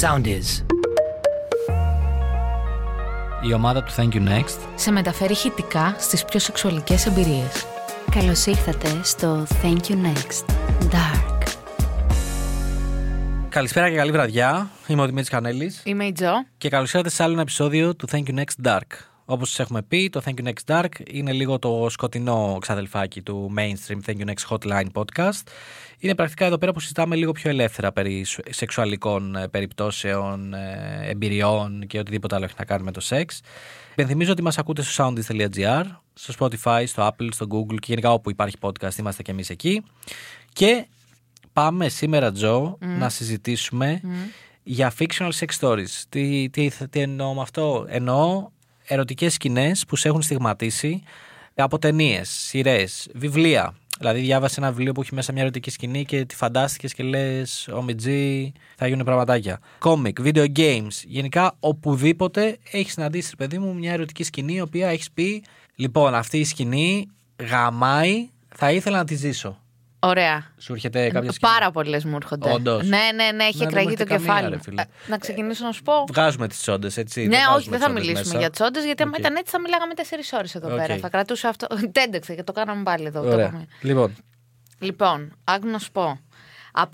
sound is. Η ομάδα του Thank You Next σε μεταφέρει χητικά στις πιο σεξουαλικές εμπειρίες. Καλώς ήρθατε στο Thank You Next. Dark. Καλησπέρα και καλή βραδιά. Είμαι ο Δημήτρης Κανέλης Είμαι η Τζο. και καλώς ήρθατε σε άλλο ένα επεισόδιο του Thank You Next Dark. Όπως σας έχουμε πει, το Thank You Next Dark είναι λίγο το σκοτεινό ξαδελφάκι του mainstream Thank You Next Hotline podcast. Είναι πρακτικά εδώ πέρα που συζητάμε λίγο πιο ελεύθερα περί σου- σεξουαλικών ε, περιπτώσεων, ε, εμπειριών και οτιδήποτε άλλο έχει να κάνει με το σεξ. Υπενθυμίζω ότι μας ακούτε στο soundis.gr, στο Spotify, στο Apple, στο Google και γενικά όπου υπάρχει podcast είμαστε και εμείς εκεί. Και πάμε σήμερα, Τζο, να συζητήσουμε για fictional sex stories. Τι, τι, τι εννοώ με αυτό. Εννοώ ερωτικές σκηνές που σε έχουν στιγματίσει από ταινίες, σειρές, βιβλία. Δηλαδή, διάβασε ένα βιβλίο που έχει μέσα μια ερωτική σκηνή και τη φαντάστηκες και λες: Ομιτζή, θα γίνουν πραγματάκια. Κόμικ, video games. Γενικά, οπουδήποτε έχεις συναντήσει, ρε παιδί μου, μια ερωτική σκηνή, η οποία έχεις πει: Λοιπόν, αυτή η σκηνή γαμάει, θα ήθελα να τη ζήσω. Ωραία. Σου έρχεται κάποια σκηνή. Πάρα πολλές μου έρχονται. Όντως. Ναι, ναι, ναι, έχει Να εκραγεί δούμε το τι καμία, κεφάλι. ρε μου. φίλε. Ε, Να ξεκινήσω να σου πω. Βγάζουμε τις τσόντες, έτσι. Ναι, βάζουμε όχι, δεν θα τσόντες μιλήσουμε μέσα. για τσόντες, γιατί άμα Οκ. ήταν έτσι θα μιλάγαμε 4 ώρες εδώ Οκ. πέρα. Θα κρατούσα αυτό. Τέντεξε και το κάναμε πάλι εδώ. το Ωραία. έχουμε. Λοιπόν, Λοιπόν, άκου να σου πω.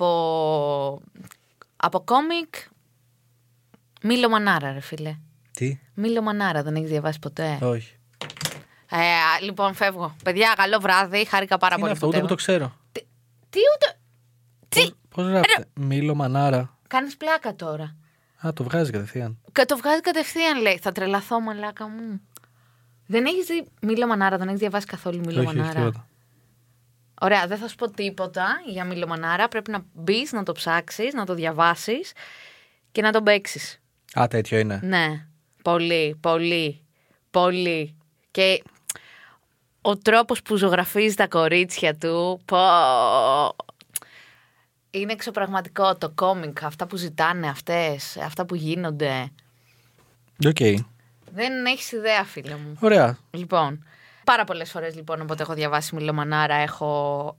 Από. Από κόμικ. Μίλο Μανάρα, ρε φίλε. τι, Μίλο Μανάρα, δεν έχεις διαβάσει ποτέ. όχι. Ε, α, λοιπόν, φεύγω. Παιδιά, καλό βράδυ. Χάρηκα πάρα Τι είναι πολύ. αυτό, που ούτε το που το ξέρω. Τι, τι ούτε. Τι. Πώς γράφεται. Μήλο μανάρα. Κάνεις πλάκα τώρα. Α, το βγάζει κατευθείαν. Κα- Το βγάζει κατευθείαν, λέει. Θα τρελαθώ, μαλάκα μου. Δεν έχεις δει. Μίλα Μανάρα, δεν έχεις διαβάσει καθόλου Μίλα όχι, όχι, Μανάρα. τίποτα. Ωραία, δεν θα σου πω τίποτα για Μίλα Μανάρα. Πρέπει να μπεις, να το ψάξεις, να το διαβάσεις και να τον παίξεις. Α, τέτοιο είναι. Ναι. Πολύ, πολύ, πολύ. Και ο τρόπος που ζωγραφίζεις τα κορίτσια του, πω, είναι εξωπραγματικό το κόμικ, αυτά που ζητάνε αυτές, αυτά που γίνονται. Οκ. Δεν έχεις ιδέα, φίλε μου. Ωραία. Λοιπόν, πάρα πολλές φορές λοιπόν, όποτε έχω διαβάσει Μιλομανάρα, έχω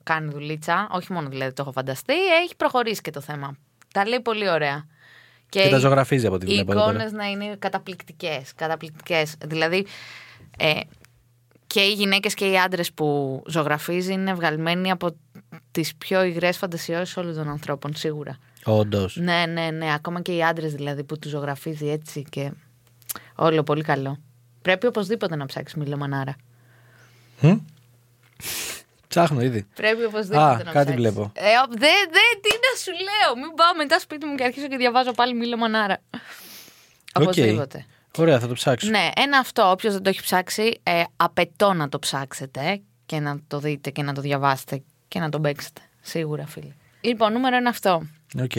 κάνει δουλίτσα. Όχι μόνο δηλαδή το έχω φανταστεί, έχει προχωρήσει και το θέμα. Τα λέει πολύ ωραία. Και τα ζωγραφίζει από ό,τι Οι βλέπω εδώ πέρα. εικόνες να είναι καταπληκτικές. Καταπληκτικές. Δηλαδή, ε, και οι γυναίκες και οι άντρες που ζωγραφίζει είναι βγαλμένοι από τις πιο υγρές φαντασιώσεις όλων των ανθρώπων, σίγουρα. Όντως. Ναι, ναι, ναι. Ακόμα και οι άντρες δηλαδή που τους ζωγραφίζει έτσι και. Όλο πολύ καλό. Πρέπει οπωσδήποτε να ψάξεις Μίλο Μανάρα. Ψάχνω ήδη. Πρέπει οπωσδήποτε Α, να κάτι ψάξεις. βλέπω. Ε, ο- δε, δε, τι να σου λέω. Μην πάω μετά σπίτι μου και αρχίσω και διαβάζω πάλι Μίλο Μανάρα. Οκ. Οπωσδήποτε. Ωραία, θα το ψάξω. Ναι, ένα αυτό. Όποιος δεν το έχει ψάξει, ε, απαιτώ να το ψάξετε και να το δείτε και να το διαβάσετε και να τον παίξετε. Σίγουρα, φίλοι. Λοιπόν, νούμερο ένα αυτό Ναι. Οκ.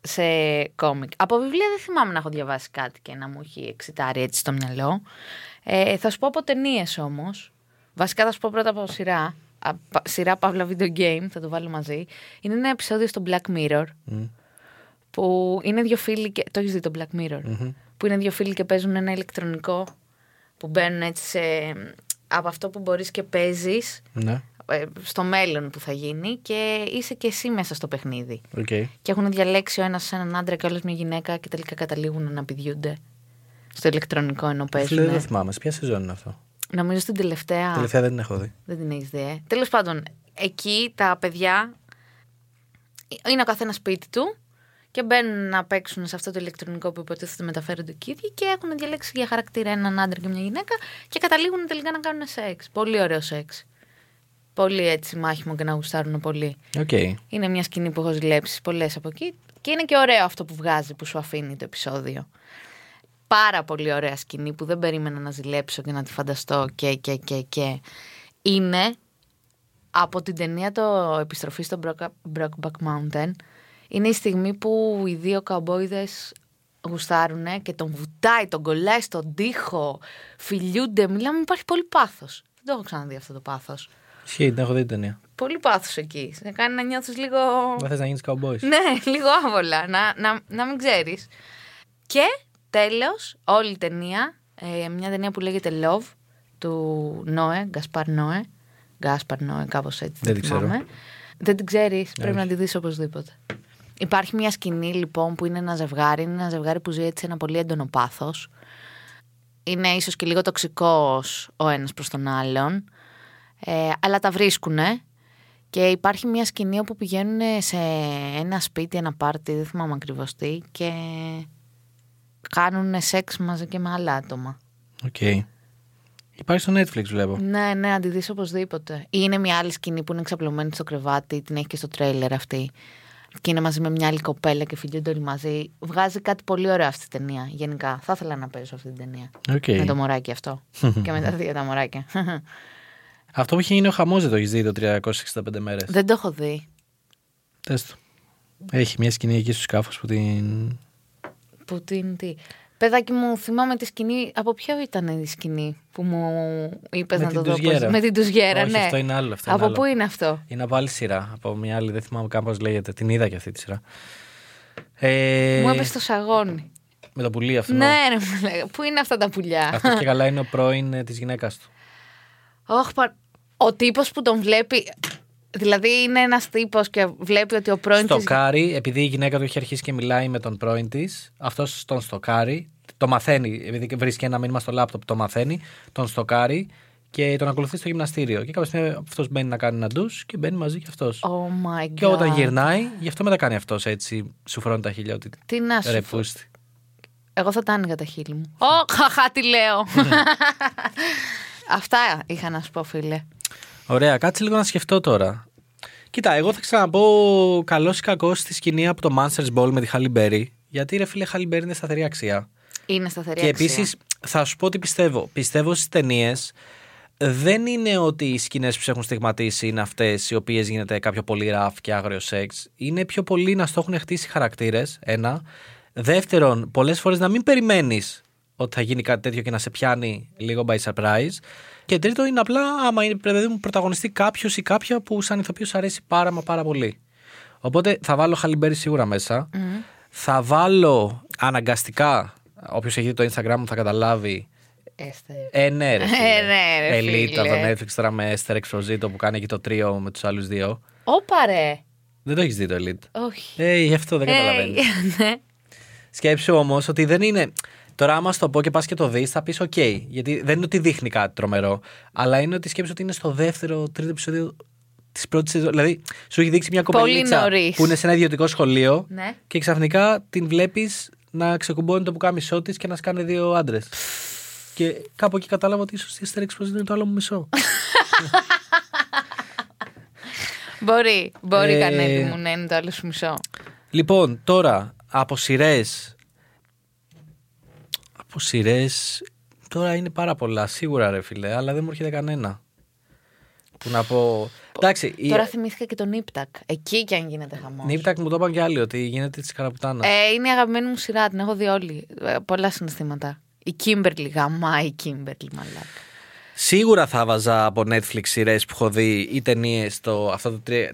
σε κόμικ. Από βιβλία δεν θυμάμαι να έχω διαβάσει κάτι και να μου έχει εξητάρει έτσι στο μυαλό. Ε, θα σου πω από ταινίες όμως. Βασικά θα σου πω πρώτα από σειρά. Α, πα- σειρά Παύλα Video Game, θα το βάλω μαζί. Είναι ένα επεισόδιο στο Black Mirror. Που είναι δύο φίλοι. Και... Το έχεις δει το Black Mirror. Που είναι δύο φίλοι και παίζουν ένα ηλεκτρονικό. Που μπαίνουν έτσι σε... από αυτό που μπορείς και παίζεις Ναι. στο μέλλον που θα γίνει και είσαι και εσύ μέσα στο παιχνίδι. Οκ. Και έχουν διαλέξει ο ένας έναν άντρα και όλο μια γυναίκα και τελικά καταλήγουν να πηδιούνται στο ηλεκτρονικό ενώ Φίλε, δεν παίζουν. θυμάμαι. Σε Ποια σεζόν είναι αυτό. Νομίζω στην τελευταία. Τελευταία δεν την έχω δει. Δεν την έχεις δει. Ε. Τέλος πάντων, εκεί τα παιδιά είναι ο καθένας σπίτι του και μπαίνουν να παίξουν σε αυτό το ηλεκτρονικό που υποτίθεται μεταφέρονται και οι ίδιοι και έχουν διαλέξει για χαρακτήρα έναν άντρα και μια γυναίκα και καταλήγουν τελικά να κάνουν σεξ. Πολύ ωραίο σεξ. Πολύ έτσι μάχημο και να γουστάρουν πολύ. Οκ. Είναι μια σκηνή που έχω ζηλέψει πολλές από εκεί. Και είναι και ωραίο αυτό που βγάζει, που σου αφήνει το επεισόδιο. Πάρα πολύ ωραία σκηνή που δεν περίμενα να ζηλέψω και να τη φανταστώ και, και, και, και. Είναι από την ταινία το «Επιστροφή στο Brock- Brockback Mountain». Είναι η στιγμή που οι δύο καμπόιδες γουστάρουνε και τον βουτάει, τον κολλάει στον τοίχο, φιλιούνται. Μιλάμε, υπάρχει πολύ πάθος. Δεν το έχω ξαναδεί αυτό το πάθος. Ισχύει, την έχω δει την ταινία. Πολύ πάθος εκεί. Σε κάνει να νιώθεις λίγο... Δεν θες να γίνεις cowboy. Ναι, λίγο άβολα. Να, να, να μην ξέρεις. Και τέλος, όλη η ταινία. ε, μια ταινία που λέγεται Love του Νόε, Γκασπάρ Νόε. Γκάσπαρ Νόε, κάπως έτσι. Δεν τη ξέρω. θυμάμαι. Δεν την ξέρεις. Πρέπει να τη δεις οπωσδήποτε. Υπάρχει μια σκηνή λοιπόν που είναι ένα ζευγάρι, είναι ένα ζευγάρι που ζει έτσι ένα πολύ έντονο πάθος. Είναι ίσως και λίγο τοξικός ο ένας προς τον άλλον. Ε, αλλά τα βρίσκουνε. Και υπάρχει μια σκηνή όπου πηγαίνουν σε ένα σπίτι, ένα πάρτι, δεν θυμάμαι ακριβώς τι, και κάνουν σεξ μαζί και με άλλα άτομα. Οκ. Υπάρχει στο Netflix, βλέπω. Ναι, ναι, αντιδείς οπωσδήποτε. Είναι μια άλλη σκηνή που είναι ξαπλωμένη στο κρεβάτι, την έχει και στο τρέιλερ αυτή. Και είναι μαζί με μια άλλη κοπέλα και φιλιούνται όλοι μαζί. Βγάζει κάτι πολύ ωραίο αυτή την ταινία, γενικά. Θα ήθελα να παίζω αυτή την ταινία. Οκ. Με Ναι. το μωράκι αυτό. και με τα δύο τα μωράκια. Αυτό που είχε γίνει ο χαμός δεν το έχεις δει το 365 μέρες. Δεν το έχω δει. Τες το. Έχει μια σκηνή εκεί στο σκάφο που την. Που την τι. Παιδάκι μου, θυμάμαι τη σκηνή. Από ποια ήταν η σκηνή που μου είπες Με να την το δω. πώς- τουζιέρα. Με την Τουζιέρα, Όχι, ναι. αυτό είναι άλλο, αυτό είναι από άλλο. πού είναι αυτό. Είναι από άλλη σειρά. Από μια άλλη, δεν θυμάμαι καν πώς λέγεται. Την είδα και αυτή τη σειρά. Ε, Μου έπεσε το σαγόνι. Με τα πουλί αυτό. Ναι, ρε, μου λέγα. Πού είναι αυτά τα πουλιά. Αυτό και καλά είναι ο πρώην της γυναίκας του. Όχ, πα- Ο τύπος που τον βλέπει. Δηλαδή είναι ένας τύπος και βλέπει ότι ο πρώην της... Στοκάρει, επειδή η γυναίκα του έχει αρχίσει και μιλάει με τον πρώην της, αυτός τον στοκάρει. Το μαθαίνει, επειδή βρίσκει ένα μήνυμα στο λάπτοπ, το μαθαίνει, τον στοκάρει και τον ακολουθεί στο γυμναστήριο. Και κάποια στιγμή αυτός μπαίνει να κάνει ένα ντους και μπαίνει μαζί και αυτός. Oh my god. Και όταν γυρνάει, γι' αυτό μετά κάνει αυτός έτσι. Σου φρώνει τα χίλια ότι. Τι να σου Ρε Ναι. πω. πούστη. Εγώ θα τα άνοιγα τα χείλη μου. Ω, χαχά, τι λέω. Ναι. Αυτά είχα να σου πω, φίλε. Ωραία, κάτσε λίγο να σκεφτώ τώρα. Κοίτα, εγώ θα ξαναπώ καλός ή κακός στη σκηνή από το Monsters Ball με τη Χαλιμπέρι. Γιατί ρε φίλε, Χαλιμπέρι είναι σταθερή αξία. Είναι σταθερή Και αξία. επίσης θα σου πω τι πιστεύω. Πιστεύω στις ταινίες δεν είναι ότι οι σκηνές που σε έχουν στιγματίσει είναι αυτές οι οποίες γίνεται κάποιο πολύ ραφ και άγριο σεξ. Είναι πιο πολύ να στο έχουν χτίσει χαρακτήρες. Ένα. Δεύτερον, πολλές φορές να μην περιμένεις ότι θα γίνει κάτι τέτοιο και να σε πιάνει λίγο by surprise. Και τρίτο είναι απλά άμα είναι παιδί μου πρωταγωνιστεί κάποιος ή κάποια που σαν ηθοποιός σου αρέσει πάρα μα πάρα πολύ. Οπότε θα βάλω Χαλιμπέρι σίγουρα μέσα. Θα βάλω αναγκαστικά, όποιος έχει δει το Instagram μου θα καταλάβει. Έστε. Ε, ναι, ρε. φίλε. Ε, ναι, ρε, Elite φίλε. από το Netflix τώρα με Esther Exposito που κάνει εκεί το τρίο με τους άλλους δύο. Όπα ρε. Δεν το έχεις δει το Elite. Όχι. Ε, γι' αυτό δεν Ε, καταλαβαίνεις. ναι. Σκέψου όμως ότι δεν είναι. Τώρα, άμα σου το πω και πας και το δεις, θα πεις: OK. Γιατί δεν είναι ότι δείχνει κάτι τρομερό. Αλλά είναι ότι σκέψου ότι είναι στο δεύτερο, τρίτο επεισόδιο της πρώτης σεζόν. Δηλαδή, σου έχει δείξει μια Πολύ κοπελίτσα νωρίς. που είναι σε ένα ιδιωτικό σχολείο Ναι. και ξαφνικά την βλέπεις να ξεκουμπώνει το πουκάμισό της και να σκάνε δύο άντρες. Και κάπου εκεί κατάλαβα ότι ίσως η Esther Exposito είναι το άλλο μου μισό. Μπορεί, μπορεί Ε, κανένα μου να είναι το άλλο σου μισό. Λοιπόν, τώρα από σειρές. Από σειρέ. Τώρα είναι πάρα πολλά, σίγουρα ρε φιλέ, αλλά δεν μου έρχεται κανένα. Που να πω. Εντάξει, η Τώρα θυμήθηκα και τον Νίπτακ. Εκεί κι αν γίνεται χαμός. Νίπτακ μου το είπαν και άλλοι ότι γίνεται της καραπουτάνα. Ε, είναι η αγαπημένη μου σειρά, την έχω δει όλη. Ε, πολλά συναισθήματα. Η Κίμπερλι, γαμά η Κίμπερλι, μαλάκα. Σίγουρα θα βάζα από Netflix σειρές που έχω δει ή ταινίες το, αυτό το τρι-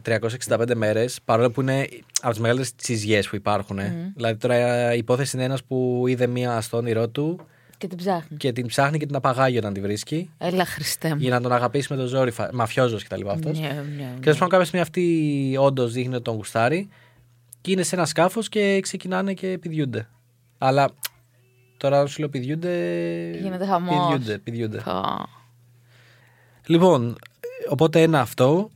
365 μέρες, παρόλο που είναι από τις μεγαλύτερες τσιζιές που υπάρχουν. Δηλαδή, τώρα η υπόθεση είναι ένας που είδε μία στο όνειρό του Και την ψάχνει. και την ψάχνει και την απαγάγει όταν τη βρίσκει. Έλα, Χριστέ μου. για να τον αγαπήσει με το ζόρι, φα- μαφιόζος και τα λοιπά αυτός. Ναι, ναι, ναι. Και τέλος πάντων κάποια στιγμή αυτή όντως δείχνει ότι τον γουστάρει και είναι σε ένα σκάφος και ξεκινάνε και πηδιούνται. Αλλά τώρα αν σου λέω πηδιούνται. Γίνεται χαμός. Πηδιούνται, πηδιούνται. Πω. Λοιπόν, οπότε ένα αυτό.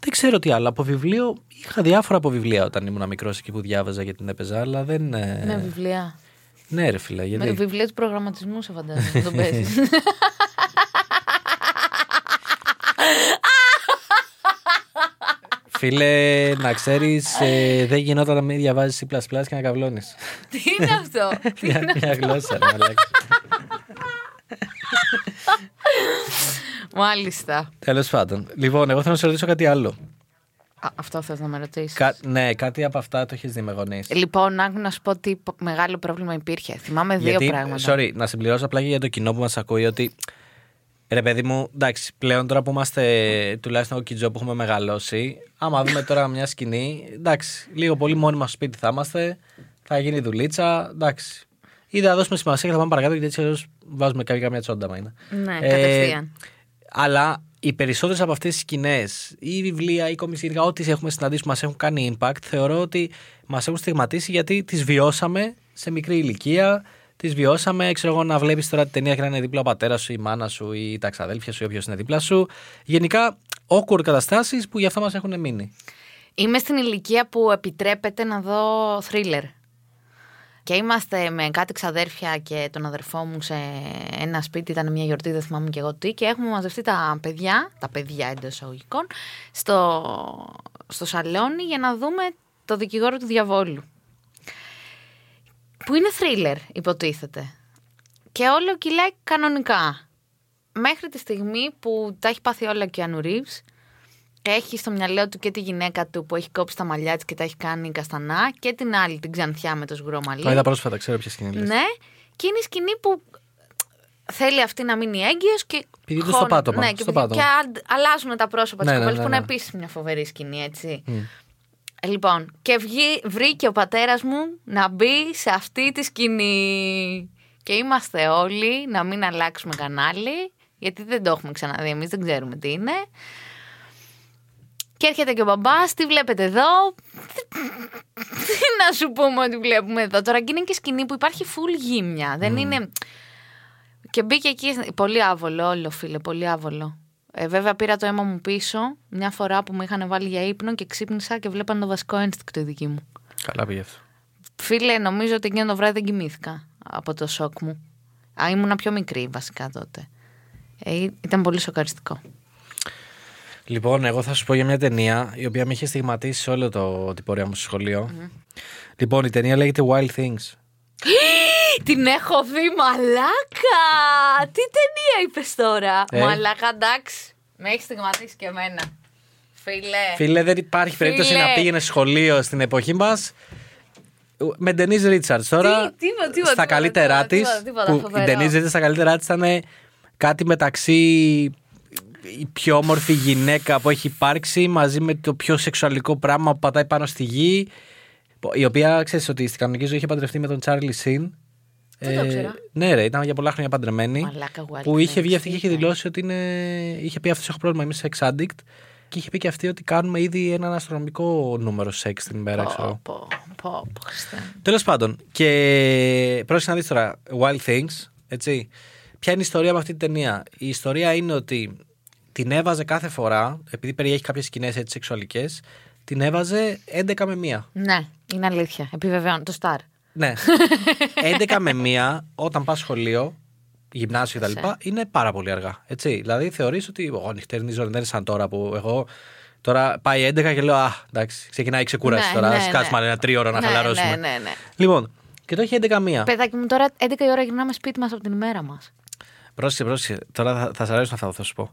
Δεν ξέρω τι άλλο. Από βιβλίο. Είχα διάφορα από βιβλία όταν ήμουν μικρός εκεί που διάβαζα και την έπαιζα, αλλά δεν. ε, Με βιβλία. Ναι, ρε φίλε, Με το γιατί. βιβλίο του προγραμματισμού, σε φαντάζομαι. να τον παίζεις. Φίλε, να ξέρεις, δεν γινόταν να μην διαβάζεις C και να καβλώνεις. Τι είναι αυτό. Τι είναι μια, μια γλώσσα, ρε μαλάκα. αυτό. Μάλιστα. Τέλος πάντων. Λοιπόν, εγώ θέλω να σε ρωτήσω κάτι άλλο. Α, αυτό θες να με ρωτήσεις. Κα- ναι, κάτι από αυτά το έχεις δει με γονείς. Λοιπόν, άκου να σου πω τι πο- μεγάλο πρόβλημα υπήρχε. Θυμάμαι δύο Γιατί, πράγματα. sorry, να συμπληρώσω απλά και για το κοινό που μας ακούει ότι. Ρε παιδί μου, εντάξει, πλέον τώρα που είμαστε τουλάχιστον ο Κιτζό που έχουμε μεγαλώσει, άμα δούμε τώρα μια σκηνή, εντάξει, λίγο πολύ μόνοι μας στο σπίτι θα είμαστε, θα γίνει δουλίτσα, εντάξει. Ή θα δώσουμε Ε, σημασία και θα πάμε παρακάτω γιατί έτσι αλλιώς βάζουμε κάποια καμιά τσόντα μα είναι. Ναι, κατευθείαν. Αλλά οι περισσότερες από αυτές τις σκηνές ή βιβλία ή κόμικ έργα, ό,τι έχουμε συναντήσει που μας έχουν κάνει impact, θεωρώ ότι μας έχουν στιγματίσει γιατί τις βιώσαμε σε μικρή ηλικία. Τις βιώσαμε, ξέρω εγώ, να βλέπεις τώρα την ταινία και να είναι δίπλα ο πατέρας σου, η μάνα σου ή τα ξαδέλφια σου ή όποιος είναι δίπλα σου. Γενικά, awkward καταστάσεις που γι' αυτά μας έχουν μείνει. Είμαι στην ηλικία που επιτρέπεται να δω θρίλερ. Και είμαστε με κάτι ξαδέρφια και τον αδερφό μου σε ένα σπίτι, ήταν μια γιορτή, δεν θυμάμαι και εγώ τι, και έχουμε μαζευτεί τα παιδιά, τα παιδιά εντός εισαγωγικών, στο, στο σαλόνι για να δούμε το δικηγόρο του διαβόλου. Που είναι θρίλερ, υποτίθεται. Και όλο κυλάει κανονικά. Μέχρι τη στιγμή που τα έχει πάθει όλα και ο Reeves, έχει στο μυαλό του και τη γυναίκα του που έχει κόψει τα μαλλιά της και τα έχει κάνει καστανά και την άλλη την ξανθιά με το σγουρό μαλλί. Το είδα πρόσφατα, ξέρω ποια σκηνή λες. Ναι, και είναι η σκηνή που θέλει αυτή να μείνει έγκυος και. Πηγαίνει στο χώνεται. πάτωμα, Ναι, και, στο πηγαίνει- πάτωμα. και αν- αλλάζουν τα πρόσωπα της Ναι, ναι, κοπέλας ναι, που είναι ναι. επίση μια φοβερή σκηνή, έτσι. Ε, Λοιπόν, και βγει, βρήκε ο πατέρας μου να μπει σε αυτή τη σκηνή. Και είμαστε όλοι να μην αλλάξουμε κανάλι, γιατί δεν το έχουμε ξαναδεί. Εμείς δεν ξέρουμε τι είναι. Και έρχεται και ο μπαμπάς, τι βλέπετε εδώ. Τι να σου πούμε ότι βλέπουμε εδώ. Τώρα και είναι και σκηνή που υπάρχει full γύμνια. Δεν είναι. Και μπήκε εκεί. Πολύ άβολο όλο, φίλε, πολύ άβολο. Ε, βέβαια, πήρα το αίμα μου πίσω μια φορά που με είχαν βάλει για ύπνο και ξύπνησα και βλέπαν το βασικό ένστικτο η δική μου. Καλά πήγε αυτό. Φίλε, νομίζω ότι εκείνο το βράδυ δεν κοιμήθηκα από το σοκ μου. Α, ήμουνα πιο μικρή βασικά τότε. Ε, ήταν πολύ σοκαριστικό. Λοιπόν, εγώ θα σου πω για μια ταινία η οποία με είχε στιγματίσει σε όλο το, την πορεία μου στο σχολειο Λοιπόν, η ταινία λέγεται Wild Things. Την έχω δει, μαλάκα! Τι ταινία είπες τώρα. Ε. Μαλάκα, εντάξει. Με έχεις στιγματίσει και εμένα. Φίλε. Φίλε, δεν υπάρχει περίπτωση Φίλε. να πήγαινες σχολείο στην εποχή μας. Με την Denise Richards τώρα. Τι- τίποτα, στα τίποτα, τίποτα, καλύτερά της. τίποτα, τίποτα, Που η φοβερό. Denise Richards στα καλύτερά της ήταν κάτι μεταξύ η πιο όμορφη γυναίκα που έχει υπάρξει μαζί με το πιο σεξουαλικό πράγμα που πατάει πάνω στη γη. Η οποία ξέρεις ότι στην κανονική ζωή είχε παντρευτεί με τον Charlie Sin. Δεν το ήξερα. ναι, ρε, ήταν για πολλά χρόνια παντρεμένη. Μαλάκα, wild που είχε things, βγει αυτή και τι είχε ήταν. δηλώσει ότι είναι. Είχε πει αυτός έχω πρόβλημα, είμαι sex addict. Και είχε πει και αυτή ότι κάνουμε ήδη έναν αστρονομικό νούμερο σεξ την ημέρα, ξέρω. Πω, πω, πω, πω, Χριστέ μου. Τέλος πάντων, και πρόσεχε να δεις τώρα Wild Things, έτσι. Ποια είναι η ιστορία με αυτή την ταινία. Η ιστορία είναι ότι την έβαζε κάθε φορά, επειδή περιέχει κάποιες σκηνές έτσι σεξουαλικές, την έβαζε 11 με 1. Ναι, είναι αλήθεια. Επιβεβαιώνω. Το Star. Ναι. 11 με 1 όταν πας σχολείο, γυμνάσιο κτλ. είναι πάρα πολύ αργά. Έτσι. Δηλαδή θεωρείς ότι ο νυχτερινή ζωή δεν είναι σαν τώρα που εγώ. Τώρα πάει 11 και λέω Α, εντάξει, ξεκινάει η ξεκούραση Ναι, τώρα. ναι, ας ναι. κάτσουμε άλλο ένα τρίωρο να Ναι, χαλαρώσουμε. ναι, ναι, ναι. Λοιπόν, και το έχει 11 μία. Παιδάκι μου, τώρα 11 η ώρα γυρνάμε σπίτι μας από την ημέρα μας. Πρόσεχε, πρόσεχε. Τώρα θα, θα σα αρέσουν αυτά που θα σου πω.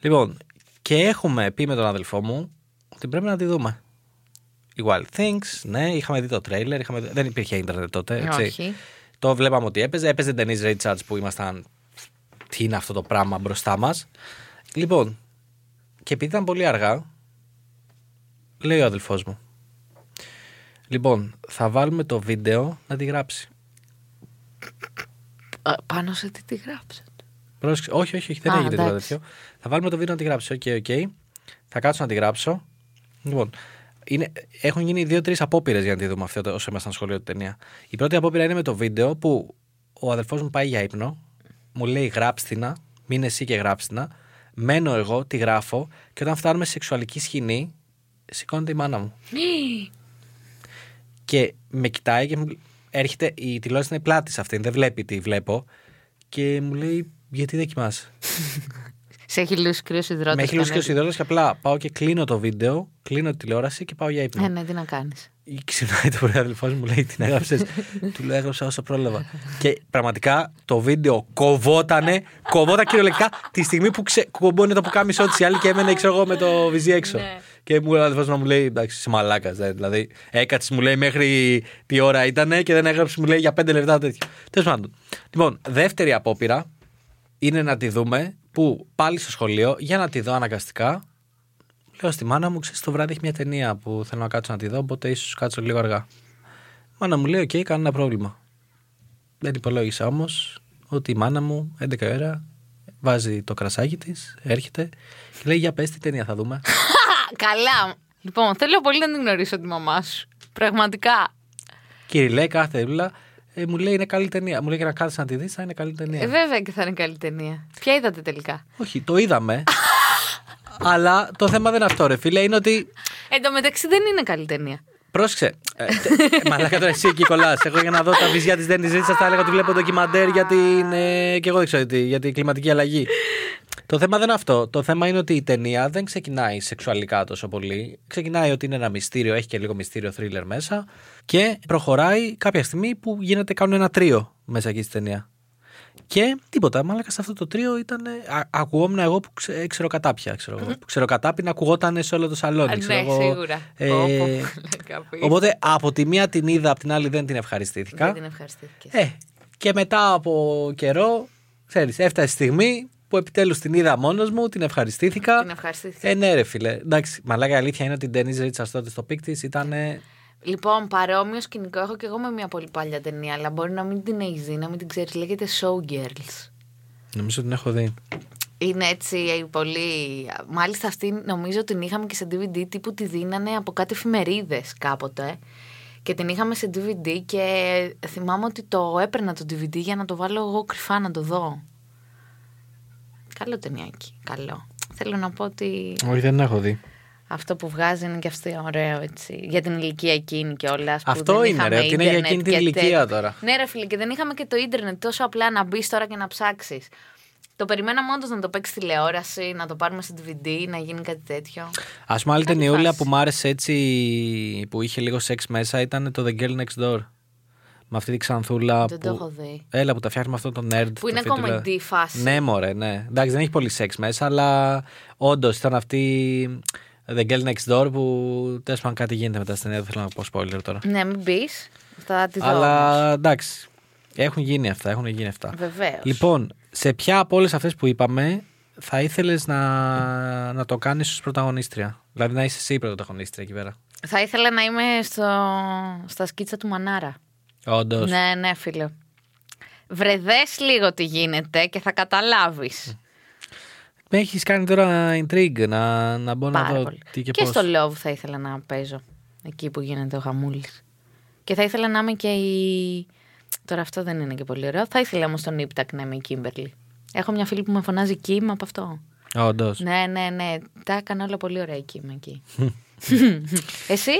Λοιπόν, και έχουμε πει με τον αδελφό μου ότι πρέπει να τη δούμε. Η Wild Things, ναι, είχαμε δει το τρέιλερ. Είχαμε... δει- Δεν υπήρχε ίντερνετ τότε. Έτσι. Όχι. Το βλέπαμε ότι έπαιζε. Έπαιζε την Denise Richards που ήμασταν. Τι είναι αυτό το πράγμα μπροστά μας. Λοιπόν, και επειδή ήταν πολύ αργά, λέει ο αδελφός μου. Λοιπόν, θα βάλουμε το βίντεο να τη γράψει. Πάνω σε τι τη γράψατε. Πρόσεξε. Όχι, όχι, όχι, δεν Α, έγινε τίποτα εντάξει. τέτοιο. Θα βάλουμε το βίντεο να τη γράψω. Οκ, οκ. Θα κάτσω να τη γράψω. Λοιπόν, είναι, έχουν γίνει δύο-τρει απόπειρες για να τη δούμε αυτό όσο ήμασταν σχολείο την ταινία. Η πρώτη απόπειρα είναι με το βίντεο που ο αδελφός μου πάει για ύπνο, μου λέει γράψτηνα, μείνε εσύ και γράψτηνα. Μένω εγώ, τη γράφω και όταν φτάνουμε σε σεξουαλική σκηνή, σηκώνεται η μάνα μου. Και με κοιτάει και μου έρχεται. Η τηλεόραση είναι πλάτη σε αυτήν, δεν βλέπει τι βλέπω. Και μου λέει, Γιατί δεν κοιμάσαι. Σε έχει λούσει κρύο υδρότα. Με έχει λούσει και ο σιδερό και απλά πάω και κλείνω το βίντεο, κλείνω τη τηλεόραση και πάω για ύπνο. Ε, ναι, τι να κάνεις. Ή Ξυπνάει το πρωί, αδελφός μου λέει την έγραψε. του λέω έγραψα όσο πρόλαβα. και πραγματικά το βίντεο κοβότανε, κοβόταν κυριολεκτικά τη στιγμή που ξε... κομπώνε το πουκάμισό της η άλλη και έμενε ξέρω εγώ με το βυζί έξω. και μου λέει αδελφός μου λέει εντάξει, είσαι μαλάκας. Δηλαδή έκατσε μου λέει μέχρι τι ώρα ήταν και δεν έγραψε μου λέει για πέντε λεπτά τέτοιο. Τέλος πάντων. Λοιπόν, δεύτερη απόπειρα είναι να τη δούμε που πάλι στο σχολείο για να τη δω αναγκαστικά Λέω στη μάνα μου, ξέρεις το βράδυ έχει μια ταινία που θέλω να κάτσω να τη δω, οπότε ίσως κάτσω λίγο αργά. Η Μάνα μου λέει: Οκ, κανένα πρόβλημα. Δεν υπολόγισα όμως ότι η μάνα μου 11 η ώρα βάζει το κρασάκι της, έρχεται και λέει: Για πες τι ταινία θα δούμε. Καλά. Λοιπόν, θέλω πολύ να την γνωρίσω τη μαμά σου. Πραγματικά. Κύριε, λέει κάθε έπλα. Ε, μου λέει είναι καλή ταινία. Μου λέει να κάθεσαι να τη δεις, θα είναι καλή ταινία. Ε, βέβαια και θα είναι καλή ταινία. Ποια είδατε τελικά. Όχι, το είδαμε. αλλά το θέμα δεν είναι αυτό, ρε φίλε. Είναι ότι. Εν τω μεταξύ δεν είναι καλή ταινία. Πρόσεξε. Ε, τε- μαλάκα τώρα εσύ εκεί κολλά. Εγώ για να δω τα βυζιά της δεν τη ζήτησας, θα έλεγα ότι βλέπω ντοκιμαντέρ για την. Ε, και εγώ δεν ξέρω τι, για την κλιματική αλλαγή. Το θέμα δεν είναι αυτό. Το θέμα είναι ότι η ταινία δεν ξεκινάει σεξουαλικά τόσο πολύ. Ξεκινάει ότι είναι ένα μυστήριο, έχει και λίγο μυστήριο θρίλερ μέσα. Και προχωράει κάποια στιγμή που γίνεται, κάνουν ένα τρίο μέσα εκεί στη ταινία. Και τίποτα. Μάλακα σε αυτό το τρίο ήταν. ε, α- Ακουγόμουν εγώ που ξε, ξέρω κατάπια. Ξέρω, εγώ. που ξέρω κατάπιν ακουγόταν σε όλο το σαλόνι. Α, ξέρω ναι, εγώ. σίγουρα. Ε, Πω, πω, μαλάκα που είσαι. οπότε από τη μία την είδα, από την άλλη δεν την ευχαριστήθηκα. Δεν την ευχαριστήθηκες. Ε, και μετά από καιρό, ξέρεις, έφτασε η στιγμή που επιτέλους την είδα μόνος μου, την ευχαριστήθηκα. Την ευχαριστήθηκες. Ε, ναι ρε φίλε. Εντάξει, μαλάκα η αλήθεια είναι ότι η Ντένις Ρίτσας τότε στο πικ της ήταν... Λοιπόν, παρόμοιο σκηνικό έχω και εγώ με μια πολύ παλιά ταινία, αλλά μπορεί να μην την έχεις δει, να μην την ξέρεις. Λέγεται Showgirls. Νομίζω την έχω δει. Είναι έτσι ε, πολύ. Μάλιστα αυτή νομίζω την είχαμε και σε DVD τύπου τη δίνανε από κάτι εφημερίδες κάποτε. Και την είχαμε σε DVD και θυμάμαι ότι το έπαιρνα το DVD για να το βάλω εγώ κρυφά να το δω. Καλό ταινιάκι. Καλό. Θέλω να πω ότι Όχι, δεν την έχω δει. αυτό που βγάζει είναι και αυτό ωραίο έτσι. Για την ηλικία εκείνη και όλα. Αυτό είναι, ρε, ότι είναι για εκείνη την ηλικία τώρα. Ναι, ρε φίλε, και δεν είχαμε και το ίντερνετ τόσο απλά να μπεις τώρα και να ψάξεις. Το περιμέναμε όντως να το παίξεις τηλεόραση, να το πάρουμε σε DVD, να γίνει κάτι τέτοιο. Ας πούμε, άλλη ταινιούλα φάση. που μ' άρεσε έτσι που είχε λίγο σεξ μέσα ήταν το The Girl Next Door. Με αυτή τη ξανθούλα. Δεν που... το έχω δει. Έλα που τα φτιάχνει με αυτό το nerd. Που το είναι φίτουλα. κομμεντή φάση. Ναι, μωρέ, ναι. Εντάξει, δεν έχει πολύ σεξ μέσα, αλλά όντως ήταν αυτή. The Girl Next Door που τέλος πάντων κάτι γίνεται μετά στην ταινία. Δεν θέλω να πω spoiler τώρα. Ναι, μην πεις. Θα τη δω. αλλά εντάξει. Έχουν γίνει αυτά, έχουν γίνει αυτά. Βεβαίως. Λοιπόν, σε ποια από όλες αυτές που είπαμε θα ήθελες να, να το κάνεις ως πρωταγωνίστρια. Δηλαδή να είσαι εσύ η πρωταγωνίστρια εκεί πέρα. Θα ήθελα να είμαι στο... στα σκίτσα του Μανάρα. Όντως. Ναι, ναι, φίλε. Βρεδές λίγο τι γίνεται και θα καταλάβεις. Με έχεις κάνει τώρα intrigue να, να μπω να Πάρα δω πολύ. τι και, και πώς. στο Love θα ήθελα να παίζω. Εκεί που γίνεται ο Γαμούλης. Και θα ήθελα να είμαι και η. Τώρα αυτό δεν είναι και πολύ ωραίο. Θα ήθελα όμως τον Ήπτακ να είμαι η Κίμπερλι. Έχω μια φίλη που με φωνάζει Κίμ από αυτό. Όντως. Ναι, ναι, ναι. Τα έκανα όλα πολύ ωραία η Κίμ εκεί. Εσύ.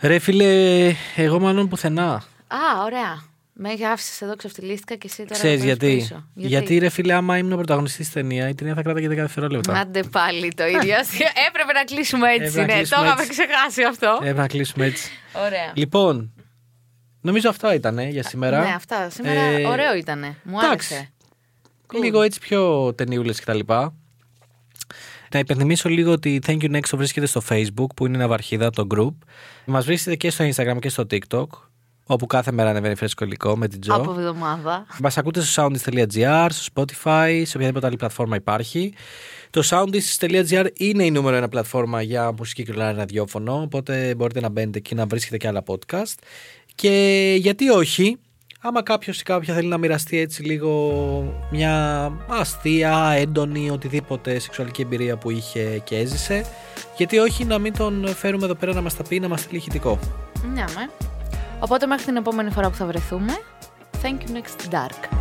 Ναι. Ρε φίλε, εγώ μάλλον πουθενά. Α, ωραία. Με άφησες εδώ, ξεφτυλίστηκα και εσύ τώρα. Ξέρεις με παίρνεις γιατί. πίσω. γιατί. ρε φίλε, άμα ήμουν πρωταγωνιστής στη ταινία, η ταινία θα κράτα και 10 δευτερόλεπτα. Άντε πάλι το ίδιο. Έπρεπε να κλείσουμε έτσι. Έπρεπε να ναι, το κλείσουμε είχαμε έτσι. ξεχάσει αυτό. Έπρεπε να κλείσουμε έτσι. Ωραία. λοιπόν, νομίζω αυτά ήταν για σήμερα. Ναι, αυτά. Σήμερα Ε, ωραίο ήτανε. Μου εντάξει. άρεσε. Λίγο έτσι πιο ταινιούλες κτλ. Να υπενθυμίσω λίγο ότι Thank you Next βρίσκεται στο Facebook που είναι η ναυαρχίδα, το group. Μας βρίσκεται και στο Instagram και στο TikTok, όπου κάθε μέρα ανεβαίνει φρέσκο υλικό με την Τζο. Από εβδομάδα. Μας ακούτε στο soundis.gr, στο Spotify, σε οποιαδήποτε άλλη πλατφόρμα υπάρχει. Το soundis.gr είναι η νούμερο ένα πλατφόρμα για μουσική και online ραδιόφωνο, οπότε μπορείτε να μπαίνετε εκεί να βρίσκετε και άλλα podcast. Και γιατί όχι, άμα κάποιος ή κάποια θέλει να μοιραστεί έτσι λίγο μια αστεία, έντονη, οτιδήποτε σεξουαλική εμπειρία που είχε και έζησε, γιατί όχι να μην τον φέρουμε εδώ πέρα να μας τα πει, να μας στείλει ηχητικό. Ναι, με. Οπότε μέχρι την επόμενη φορά που θα βρεθούμε. Thank you next dark.